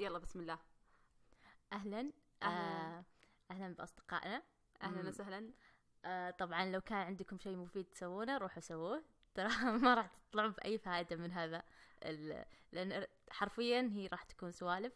يلا بسم الله اهلا أهلاً. اهلا, آه، أهلاً باصدقائنا اهلا مم. وسهلا آه طبعا لو كان عندكم شيء مفيد تسوونه روحوا سووه ترى ما راح تطلعوا باي فائده من هذا ال- لان حرفيا هي راح تكون سوالف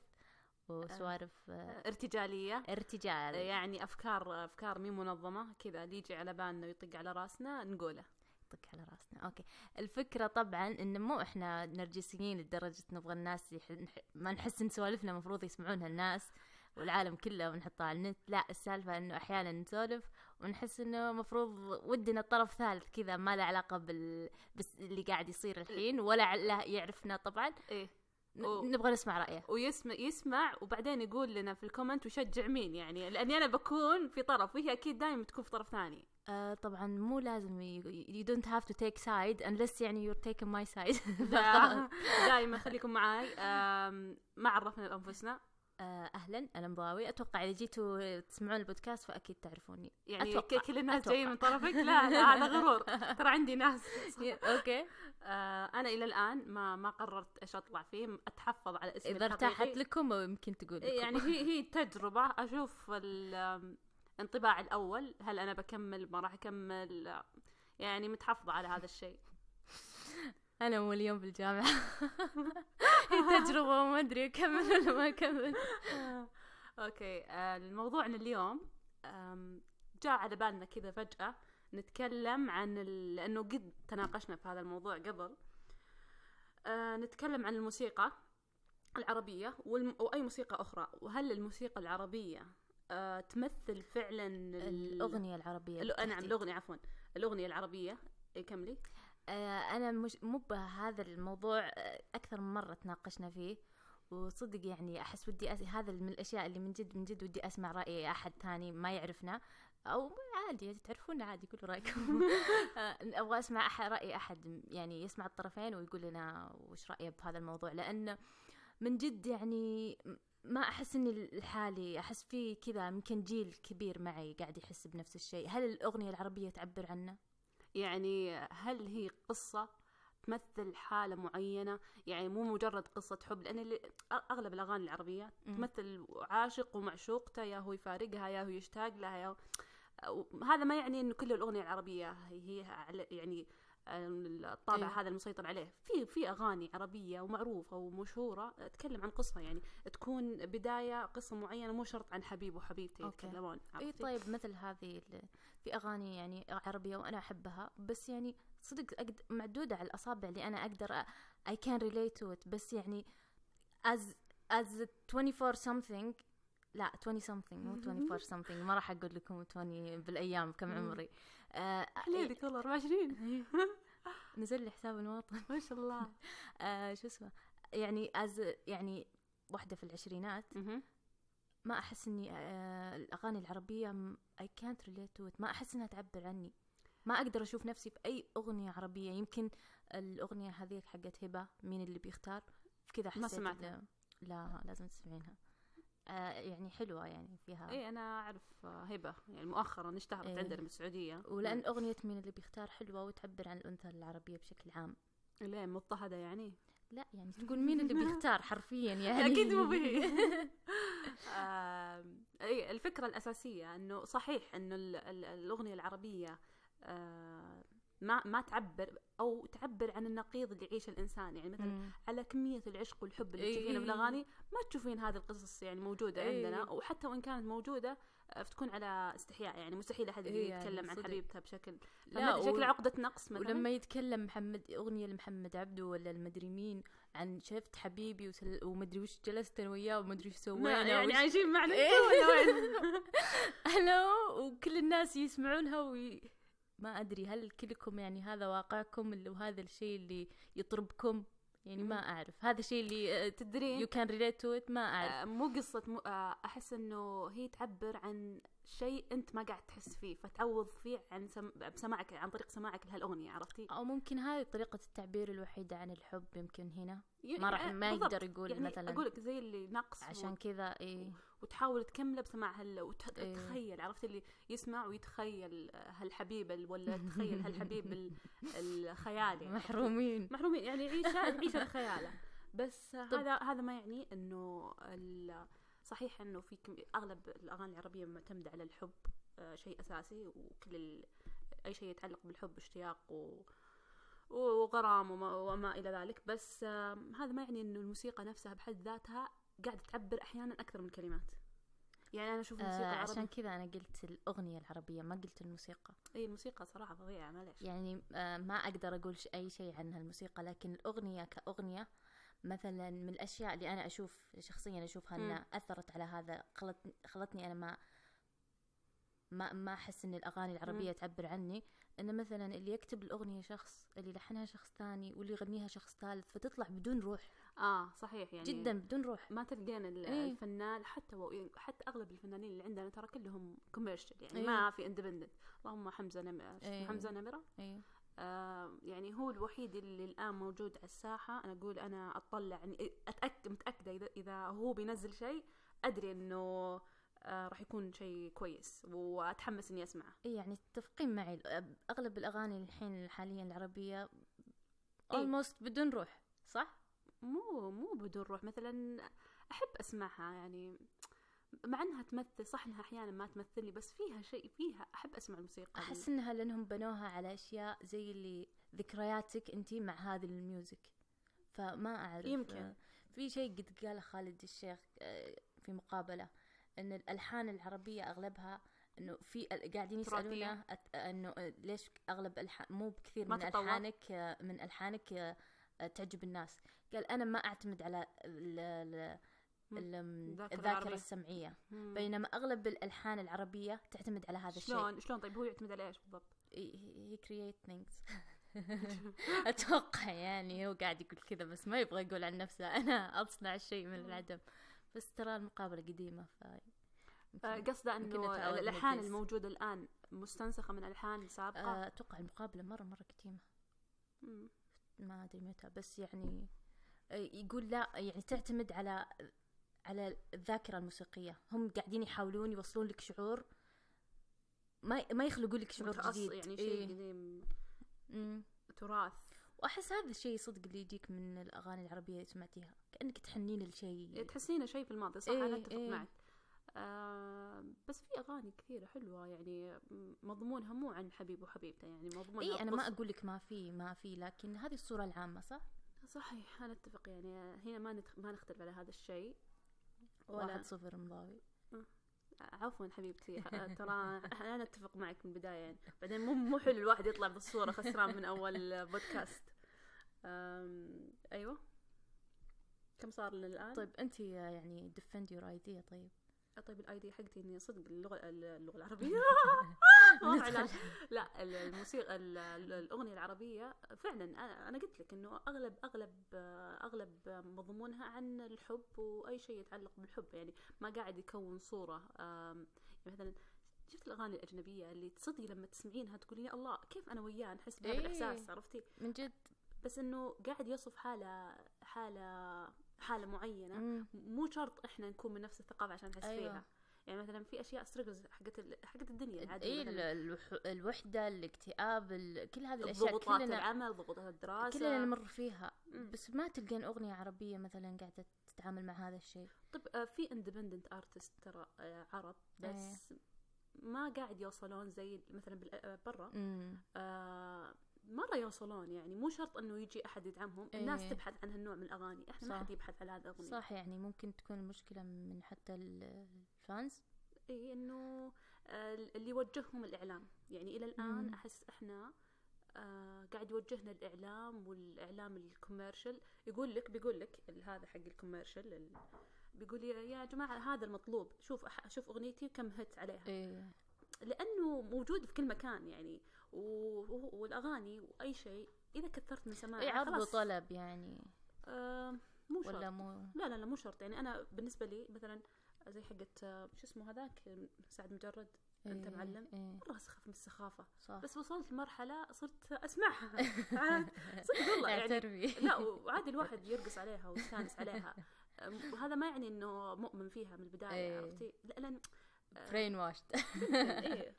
وسوالف آه ارتجاليه ارتجال يعني افكار افكار مي منظمه كذا اللي يجي على بالنا ويطق على راسنا نقوله طق على راسنا اوكي الفكره طبعا ان مو احنا نرجسيين لدرجه نبغى الناس يح... نح- ما نحس ان سوالفنا المفروض يسمعونها الناس والعالم كله ونحطها على النت لا السالفه انه احيانا نسولف ونحس انه مفروض ودنا طرف ثالث كذا ما له علاقه بال... بس اللي قاعد يصير الحين ولا ع- لا يعرفنا طبعا ايه ن... أو- نبغى نسمع رايه ويسمع يسمع وبعدين يقول لنا في الكومنت وشجع مين يعني لاني انا بكون في طرف وهي اكيد دائما بتكون في طرف ثاني آه طبعا مو لازم ي... you don't have to take side unless يعني you're taking my side دائما خليكم معاي آم، ما عرفنا انفسنا آه، اهلا انا مضاوي اتوقع اذا جيتوا تسمعون البودكاست فاكيد تعرفوني يعني أتوقع. ك- كل الناس أتوقع. جايه من طرفك لا, لا هذا غرور ترى عندي ناس اوكي آه، انا الى الان ما ما قررت ايش اطلع فيه اتحفظ على اسمي اذا ارتاحت الحقيقي. لكم يمكن تقول لكم. يعني هي هي تجربة أشوف ال- الانطباع الأول هل أنا بكمل ما راح أكمل يعني متحفظة على هذا الشيء انا اول يوم بالجامعه هي تجربه وما ادري اكمل ولا ما اكمل أوكي آه، الموضوعنا اليوم آم، جاء على بالنا كذا فجأة نتكلم عن ال- لأنه قد تناقشنا في هذا الموضوع قبل آه، نتكلم عن الموسيقى العربية والم... وأي موسيقى أخرى وهل الموسيقى العربية آه، تمثل فعلا ال- الاغنيه العربيه الأ- نعم بالتحديد. الأغنية عفوا الأغنية العربية إيه، كملي آه، انا مش مو بهذا الموضوع آه، اكثر من مره تناقشنا فيه وصدق يعني احس ودي أس... هذا من الاشياء اللي من جد من جد ودي اسمع راي احد ثاني ما يعرفنا او عادي تعرفون عادي قولوا رايكم آه، ابغى اسمع أح... راي احد يعني يسمع الطرفين ويقول لنا وش رايه بهذا الموضوع لان من جد يعني م- ما احس اني لحالي احس في كذا يمكن جيل كبير معي قاعد يحس بنفس الشيء هل الاغنيه العربيه تعبر عنه يعني هل هي قصة تمثل حالة معينة يعني مو مجرد قصة حب لأن اللي أغلب الأغاني العربية مم. تمثل عاشق ومعشوقته يا هو يفارقها يا هو يشتاق لها يا هو... هذا ما يعني إنه كل الأغنية العربية هي على- يعني الطابع أيوه. هذا المسيطر عليه في في أغاني عربية ومعروفة ومشهورة تتكلم عن قصة يعني تكون بداية قصة معينة مو شرط عن حبيب وحبيبته أوكي. يتكلمون اي عرفتي؟ طيب مثل هذه ال- في اغاني يعني عربيه وانا احبها بس يعني صدق أقد... معدوده على الاصابع اللي انا اقدر اي كان ريليت تو ات بس يعني از از 24 something لا 20 something مو 24 something ما راح اقول لكم 20 بالايام كم مم. عمري آه حليلك والله 24 نزل لي حساب المواطن ما شاء الله آه شو اسمه يعني از يعني واحده في العشرينات مهم. ما احس اني آه، الاغاني العربيه اي كانت ريليت تو ما احس انها تعبر عني ما اقدر اشوف نفسي في اي اغنيه عربيه يمكن الاغنيه هذيك حقت هبه مين اللي بيختار كذا حسيت سمعتها. إنه- لا لازم تسمعينها آه يعني حلوه يعني فيها اي انا اعرف هبه يعني مؤخرا اشتهرت إيه. عندنا بالسعوديه ولان اغنيه مين اللي بيختار حلوه وتعبر عن الانثى العربيه بشكل عام ليه مضطهده يعني لا يعني تقول مين اللي بيختار حرفيا يعني اكيد مو به آم، اي الفكره الاساسيه انه صحيح انه ال- ال- الاغنيه العربيه آه، ما ما تعبر او تعبر عن النقيض اللي يعيشه الانسان يعني مثلا مم. على كميه العشق والحب اللي إيه. تشوفينه بالاغاني ما تشوفين هذه القصص يعني موجوده إيه. عندنا وحتى وان كانت موجوده آه، بتكون على استحياء يعني مستحيل احد إيه، يعني يتكلم عن صدق. حبيبته بشكل لا لا شكل و- عقدة نقص مثلا ولما يتكلم محمد أغنية لمحمد عبده ولا المدري مين عن شفت حبيبي وسل... ومدري وش جلست أنا وياه ومدري وش سوينا ما يعني وش... عايشين معنا إيه. انتوا ولا وين؟ ألو وكل الناس يسمعونها وي... ما أدري هل كلكم يعني هذا واقعكم اللي وهذا الشيء اللي يطربكم يعني ما أعرف هذا الشيء اللي آه، تدرين يو كان ريليت تو ما أعرف إيه. آه، مو قصة مو آه، أحس إنه هي تعبر عن شيء أنت ما قاعد تحس فيه فتعوض فيه عن سم... بسماعك عن طريق سماعك لهالأغنية عرفتي؟ أو ممكن هذه طريقة التعبير الوحيدة عن الحب يمكن هنا يعني- ما راح ما بالضبط. يقدر يقول يعني مثلا أقول لك زي اللي نقص عشان كذا إيه وتحاول تكمله بسماع هال إيه. وتتخيل عرفت اللي يسمع ويتخيل هالحبيب ال- ولا تخيل هالحبيب ال- الخيالي محرومين يعني محرومين يعني عيشة عيشة بخياله بس طب. هذا هذا ما يعني انه ال- صحيح انه في كم اغلب الاغاني العربيه معتمده على الحب آه، شيء اساسي وكل ال... اي شيء يتعلق بالحب اشتياق و... وغرام وما, وما الى ذلك بس آه، هذا ما يعني انه الموسيقى نفسها بحد ذاتها قاعده تعبر احيانا اكثر من الكلمات يعني انا اشوف الموسيقى آه العربيه عشان كذا انا قلت الاغنيه العربيه ما قلت الموسيقى اي إيه، الموسيقى صراحه فظيعه معليش يعني آه ما اقدر اقول ش- اي شيء عنها الموسيقى لكن الاغنيه كاغنيه مثلا من الاشياء اللي انا اشوف شخصيا اشوفها مم. انها اثرت على هذا خلت خلتني انا ما ما ما احس ان الاغاني العربيه تعبر عني انه مثلا اللي يكتب الاغنيه شخص اللي لحنها شخص ثاني واللي يغنيها شخص ثالث فتطلع بدون روح اه صحيح يعني جدا بدون روح ما تلقين ال- إيه. الفنان حتى و... حتى اغلب الفنانين اللي عندنا ترى كلهم كوميرشال يعني إيه. ما في اندبندنت اللهم حمزه نمره إيه. حمزه نمره ايوه آه يعني هو الوحيد اللي الان موجود على الساحه انا اقول انا اطلع يعني اتاكد متاكده اذا اذا هو بينزل شيء ادري انه آه راح يكون شيء كويس واتحمس اني اسمعه إيه يعني تتفقين معي اغلب الاغاني الحين حاليا العربيه إيه. almost بدون روح صح مو مو بدون روح مثلا احب اسمعها يعني مع انها تمثل صح انها احيانا ما تمثلني بس فيها شيء فيها احب اسمع الموسيقى احس انها لانهم بنوها على اشياء زي اللي ذكرياتك انت مع هذا الميوزك فما اعرف يمكن. آه، في شيء قد قاله خالد الشيخ آه، في مقابله ان الالحان العربيه اغلبها انه في ال- قاعدين تراثية. يسالونه أت- انه آه، ليش اغلب الحان مو بكثير ما من تطور. الحانك آه، من الحانك آه، آه، تعجب الناس قال انا ما اعتمد على ال- ال- مم. ال- الذاكرة الذاكره العربية. السمعيه مم. بينما اغلب الالحان العربيه تعتمد على هذا الشيء شلون شلون طيب هو يعتمد على ايش بالضبط؟ he create things اتوقع يعني هو قاعد يقول كذا بس ما يبغى يقول عن نفسه انا اصنع الشيء من العدم بس ترى المقابله قديمه ف آه، يمكن- قصده يمكن انه نتعود الالحان نجلس. الموجوده الان مستنسخه من الحان سابقه آه، اتوقع المقابله مره مره قديمه مم. ما ادري متى بس يعني آه، يقول لا يعني تعتمد على على الذاكره الموسيقيه هم قاعدين يحاولون يوصلون لك شعور ما ما يخلقوا لك شعور متأص- جديد يعني إيه. شيء قديم مم. تراث واحس هذا الشيء صدق اللي يجيك من الاغاني العربيه اللي سمعتيها كانك تحنين لشيء تحسينه شيء في الماضي صح إيه، انا اتفق إيه. معك آه بس في اغاني كثيره حلوه يعني مضمونها مو عن حبيب وحبيبته يعني مضمونها اي انا إيه، ما قصة. اقول لك ما في ما في لكن هذه الصوره العامه صح صحيح انا اتفق يعني هنا ما نتخ... ما نختلف على هذا الشيء واحد ولا صفر مضاوي عفوا حبيبتي أ- ترى انا اتفق معك من البدايه يعني بعدين مو مو حلو الواحد يطلع بالصوره خسران من اول بودكاست أم... ايوه كم صار لنا الان؟ طيب انت يعني ديفند يور ايديا طيب طيب الاي دي حقتي اني صدق اللغه اللغه العربيه واضح ندخل لا ال- الموسيقى ال- ال- الاغنيه العربيه فعلا انا انا قلت لك انه اغلب اغلب اغلب مضمونها عن الحب واي شيء يتعلق بالحب يعني ما قاعد يكون صوره آم، يعني مثلا شفت الاغاني الاجنبيه اللي تصدقي لما تسمعينها تقولين يا الله كيف انا وياه نحس بهذا إيه. الاحساس عرفتي من جد بس انه قاعد يصف حاله حاله حاله معينه مم. مو شرط احنا نكون من نفس الثقافه عشان نحس أيوة. إيه، أيوة. فيها يعني مثلا في اشياء سترجلز حقت ال- حقت الدنيا اي العاديه ال- مثلا الوح- الوحده الاكتئاب ال- كل هذه الاشياء ضغوطات كلنا العمل ضغوطات الدراسه كلنا نمر فيها مم. بس ما تلقين اغنيه عربيه مثلا قاعده تتعامل مع هذا الشيء طب آه، في اندبندنت ارتست ترى آه، عرب إيه. بس ما قاعد يوصلون زي مثلا بال- آه، برا مم. آه، مره يوصلون يعني مو شرط انه يجي احد يدعمهم الناس إيه. تبحث عن هالنوع من الاغاني احنا صح. ما حد يبحث على هذه الاغنيه صح يعني ممكن تكون المشكله من حتى ال- الفانز اي انه إيه، آه، اللي يوجههم الاعلام يعني الى الان مم. احس احنا آه، قاعد يوجهنا الاعلام والاعلام الكوميرشال يقول لك بيقول لك ال- هذا حق الكوميرشال ال- بيقول يا- يا جماعه هذا المطلوب شوف أح- شوف اغنيتي وكم هت عليها ايه لانه موجود في كل مكان يعني و- وهو- والاغاني واي شيء اذا كثرت من سماعها يعرضوا آه، خلاص. إيه، طلب يعني آه، مو شرط ولا مو لا لا لا مو شرط يعني انا بالنسبه لي مثلا زي حقت آه، شو اسمه هذاك سعد مجرد أنت إيه، معلم؟ إيه مره اسخف من السخافه صح بس وصلت لمرحله صرت اسمعها عاد صدق والله يعني اعترفي لا وعاد الواحد يرقص عليها ويستانس عليها أم، وهذا ما يعني انه مؤمن فيها من البدايه إيه. عرفتي لا لان برين واشد إيه.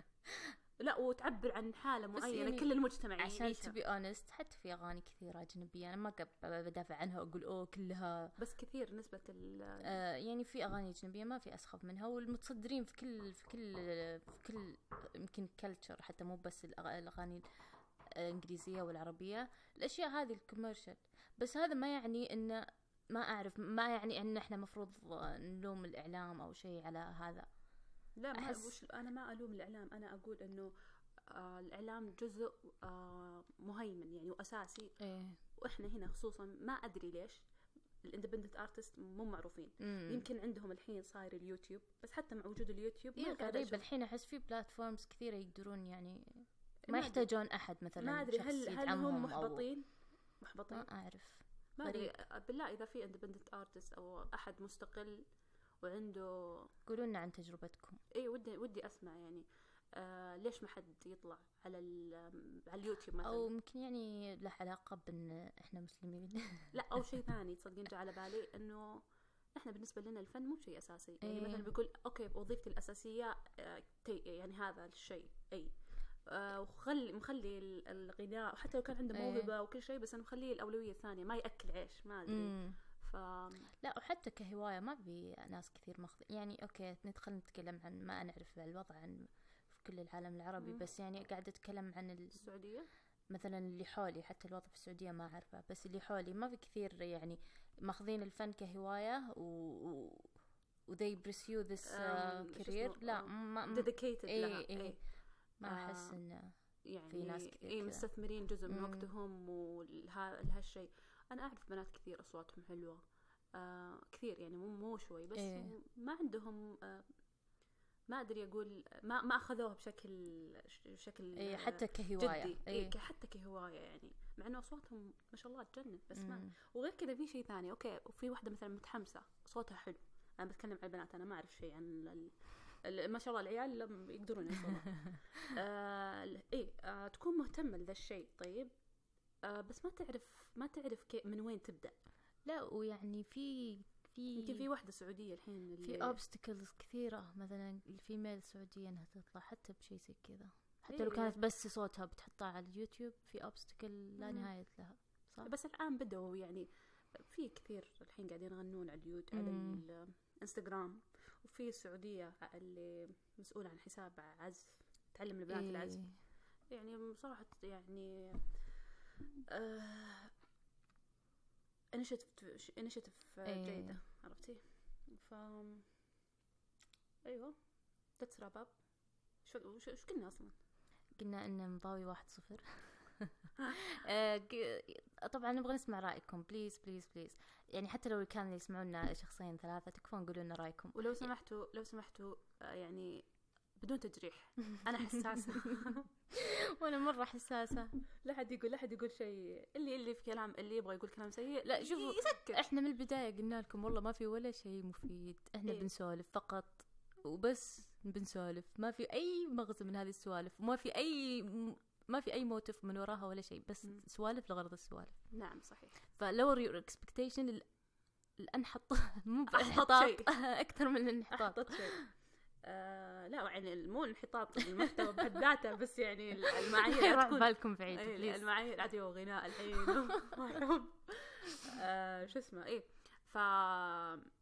لا وتعبر عن حاله معينه يعني يعني كل المجتمع عشان يعيشها. to be honest حتى في اغاني كثيره اجنبيه انا ما قب- بدافع عنها واقول اوه كلها بس كثير نسبه ال آه يعني في اغاني اجنبيه ما في اسخف منها والمتصدرين في كل في كل في كل يمكن كلتشر حتى مو بس الأغ- الاغاني الانجليزيه والعربيه الاشياء هذه الكوميرشال بس هذا ما يعني انه ما اعرف ما يعني ان احنا مفروض نلوم الاعلام او شيء على هذا لا ما أحس- وش انا ما الوم الاعلام انا اقول انه آه الاعلام جزء آه مهيمن يعني واساسي ايه واحنا هنا خصوصا ما ادري ليش الاندبندنت ارتست مو معروفين يمكن يمكن عندهم الحين صاير اليوتيوب بس حتى مع وجود اليوتيوب ما إيه قاعد غريب أشوف. الحين احس في بلاتفورمز كثيره يقدرون يعني ما ما أدري. يحتاجون احد مثلا ما ادري شخص هل هل هم يدعمهم أو- محبطين محبطين ما اعرف ما ادري بالله اذا في اندبندنت ارتست او احد مستقل وعنده قولوا لنا عن تجربتكم اي ودي ودي اسمع يعني آه ليش ما حد يطلع على ال- على اليوتيوب مثلا او يمكن يعني له علاقه بان احنا مسلمين لا او شيء ثاني تصدقين جاء على بالي انه احنا بالنسبه لنا الفن مو شيء اساسي يعني إيه. مثلا بيقول اوكي وظيفتي الاساسيه آه، تي- يعني هذا الشيء اي آه، وخلي مخلي ال- الغناء وحتى لو كان عنده إيه. موهبه وكل شيء بس انا مخليه الاولويه الثانيه ما ياكل عيش ما ادري أمم. ف لا وحتى كهوايه ما في ناس كثير ماخذ يعني اوكي ندخل نتكلم عن ما نعرف الوضع عن في كل العالم العربي أمم. بس يعني قاعده اتكلم عن ال... السعوديه مثلا اللي حولي حتى الوضع في السعودية ما أعرفه بس اللي حولي ما في كثير يعني ماخذين الفن كهواية و... و... وذي برسيو ذس أم، شو كارير اسمه؟ آه، آه، لا أم، ما ما- ديديكيتد إيه، لها إيه. إيه. ما آه. أحس إنه يعني في ناس كثير إيه كذا. مستثمرين جزء من مم. وقتهم ولها- لهالشيء انا اعرف بنات كثير اصواتهم حلوه آه كثير يعني مو مو شوي بس إيه. ما عندهم آه ما ادري اقول ما ما اخذوها بشكل بشكل إيه آه، حتى كهواية جدي إيه. إيه. ك- حتى كهوايه يعني مع انه اصواتهم ما شاء الله تجنن بس ما مم. وغير كذا في شيء ثاني اوكي وفي واحده مثلا متحمسه صوتها حلو انا بتكلم عن البنات انا ما اعرف شيء عن ال- ال- ما شاء الله العيال لم- يقدرون يوصلون آه ال- ايه آه تكون مهتمه لذا الشيء طيب آه بس ما تعرف ما تعرف كي من وين تبدا لا ويعني في في يمكن في واحده سعوديه الحين اللي- إيه. في اوبستكلز كثيرة مثلا الفيميل السعودية انها تطلع حتى بشيء زي كذا حتى لو إيه. كانت بس صوتها بتحطها على اليوتيوب في اوبستكل لا مم. نهاية لها صح؟ بس الان بدأوا يعني في كثير الحين قاعدين يغنون على اليوت على مم. الانستغرام وفي السعودية اللي مسؤولة عن حساب عزف تعلم البنات إيه. العزف يعني بصراحة يعني آه انشيتيف انشيتيف إيه. آه، جيدة عرفتي؟ ف ايوه ذاتس راب اب شو وش- وش قلنا اصلا؟ قلنا ان مضاوي واحد صفر آه، ق- طبعا نبغى نسمع رايكم بليز بليز بليز يعني حتى لو كان اللي يسمعونا شخصين ثلاثه تكفون قولوا لنا رايكم ولو سمحتوا لو سمحتوا آه، يعني بدون تجريح انا حساسه وانا مره حساسه لا حد يقول لا حد يقول شيء اللي اللي في كلام اللي يبغى يقول كلام سيء لا، شوفوا، يسكت احنا من البدايه قلنا لكم والله ما في ولا شيء مفيد احنا إيه. بنسولف فقط وبس بنسولف ما في اي مغزى من هذه السوالف وما في اي ما في اي موتف من وراها ولا شيء بس مم. سوالف لغرض السوالف نعم صحيح فلور يور اكسبكتيشن الانحط مو أحط بانحطاط شيء. اكثر من الانحطاط احطت شيء طيب. آه لا يعني مو انحطاط المحتوى بحد ذاته بس يعني المعايير يروح تكون- بالكم بعيد إيه، بليز المعايير عادي وغناء الحين وحب آه، شو اسمه ايه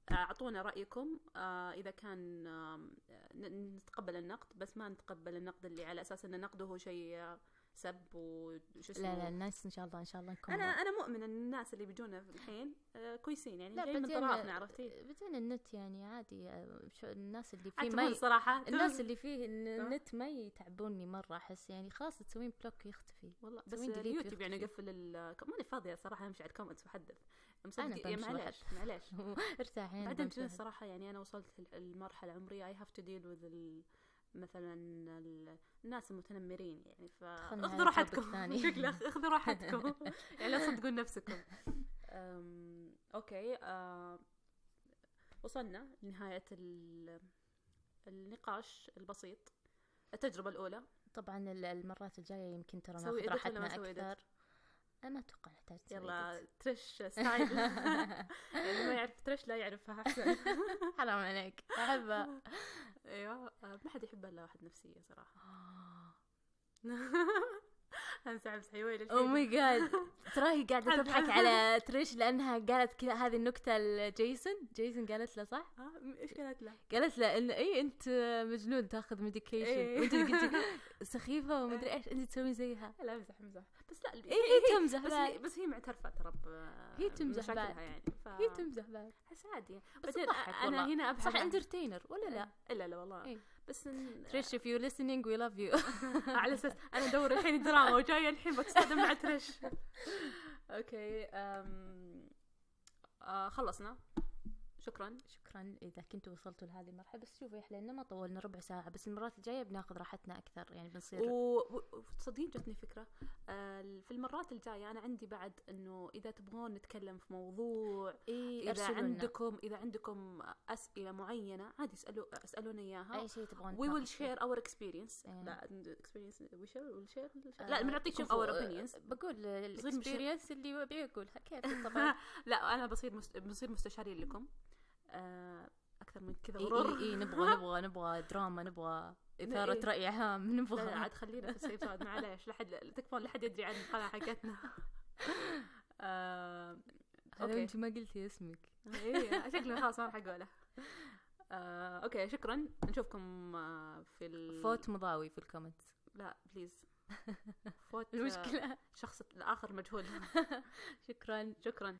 فاعطونا رايكم آه، اذا كان آم، ن- نتقبل النقد بس ما نتقبل النقد اللي على اساس ان نقده هو شيء سب وشو اسمه لا لا الناس ان شاء الله ان شاء الله نكون انا انا مؤمن ان الناس اللي بيجونا الحين آه، كويسين يعني لا، جاي من بعدين- طرافنا عرفتي بعدين النت يعني عادي آه، شو الناس اللي فيه ما عجبهم ي... صراحه الناس اللي فيه ال- آه. النت ما يتعبوني مره احس يعني خلاص تسوين بلوك يختفي والله بس تسوين delete اليوتيوب يعني ويختفي. قفل ال ماني فاضيه صراحه امشي على الكومنتس واحدث أنا مصدق يا بمشي معليش معليش ارتاحين بعدين بمشي جد واحد. الصراحة يعني أنا وصلت ال- المرحلة العمرية أي هاف تو ديل وذ مثلا ال- الناس المتنمرين يعني دخلنا على فاخذوا راحتكم التوبيك الثاني. بشكل أخ- اخذوا راحتكم يعني لا تصدقون نفسكم أم، أوكي أه، وصلنا لنهاية ال- النقاش البسيط التجربة الأولى طبعا ال- المرات الجايه يمكن ترى سوي ناخذ edit ولا ما راحتنا سوي edit؟ اكثر انا ما اتوقع نحتاج نسوي يلا edit. ترش ستايل اللي ما يعرف ترش لا يعرفها أحسن حرام عليك احبها أيوة. أيوه أه، ما حد يحبها إلا واحد نفسية صراحة هنسحب سحيويل او ماي جاد ترى هي قاعده حد- تضحك حد- على تريش لانها قالت كذا هذه النكته لجيسون جيسون قالت له صح ايش قالت له؟ قالت له ان اي انت مجنون تاخذ ميديكيشن إيه. وانت قلتي سخيفه ومدري ايش انت تسوي زيها لا امزح امزح بس لا إيه، اي إيه، هي تمزح بس بعد هي بس هي معترفه ترى ب- هي تمزح مشاكلها بعد. يعني ف... هي تمزح بعد بس عادي بس بعدين تضحك انا والله. هنا ابحث صح عن- انترتينر ولا لا الا لا والله إيه. بس إن... تريش if you're listening we love you على اساس انا ادور الحين دراما وجايه الحين بتصطدم مع ترش اوكي أم... آه خلصنا شكرا شكرا اذا كنتوا وصلتوا لهذه المرحله بس شوفوا يا حلينا ما طولنا ربع ساعه بس المرات الجايه بناخذ راحتنا اكثر يعني بنصير و- و- وتصدقين جتني فكره آه في المرات الجايه انا عندي بعد انه اذا تبغون نتكلم في موضوع اي اذا ارسلوا إيه، لنا عندكم اذا عندكم اسئله معينه عادي اسالوا اسالونا اياها اي شيء تبغون وي ويل نتناقش فيه. شير اور اكسبيرينس إيه. لا اكسبيرينس وي شير ويل شير آه، لا بنعطيكم شوفوا، اور آه، اوبينيونز بقول بصير مشي- الاكسبيرينس اللي ابي اقولها كيف طبعا لا انا بصير مست... بنصير مستشارين لكم آه، اكثر من كذا اي غرور اي إي، نبغى نبغى نبغى دراما نبغى إي. اثاره راي عام لا، لا، نبغى عاد خلينا في السيف هذا معليش لا حد تكفون لا حد يدري عن القناه حقتنا آه، هذا أوكي. انت ما قلتي اسمك اي شكله إيه، خلاص ما راح اقوله آه، اوكي شكرا نشوفكم آه، في ال... فوت مضاوي في الكومنت لا بليز فوت آه، المشكله شخص الاخر مجهول شكرا شكرا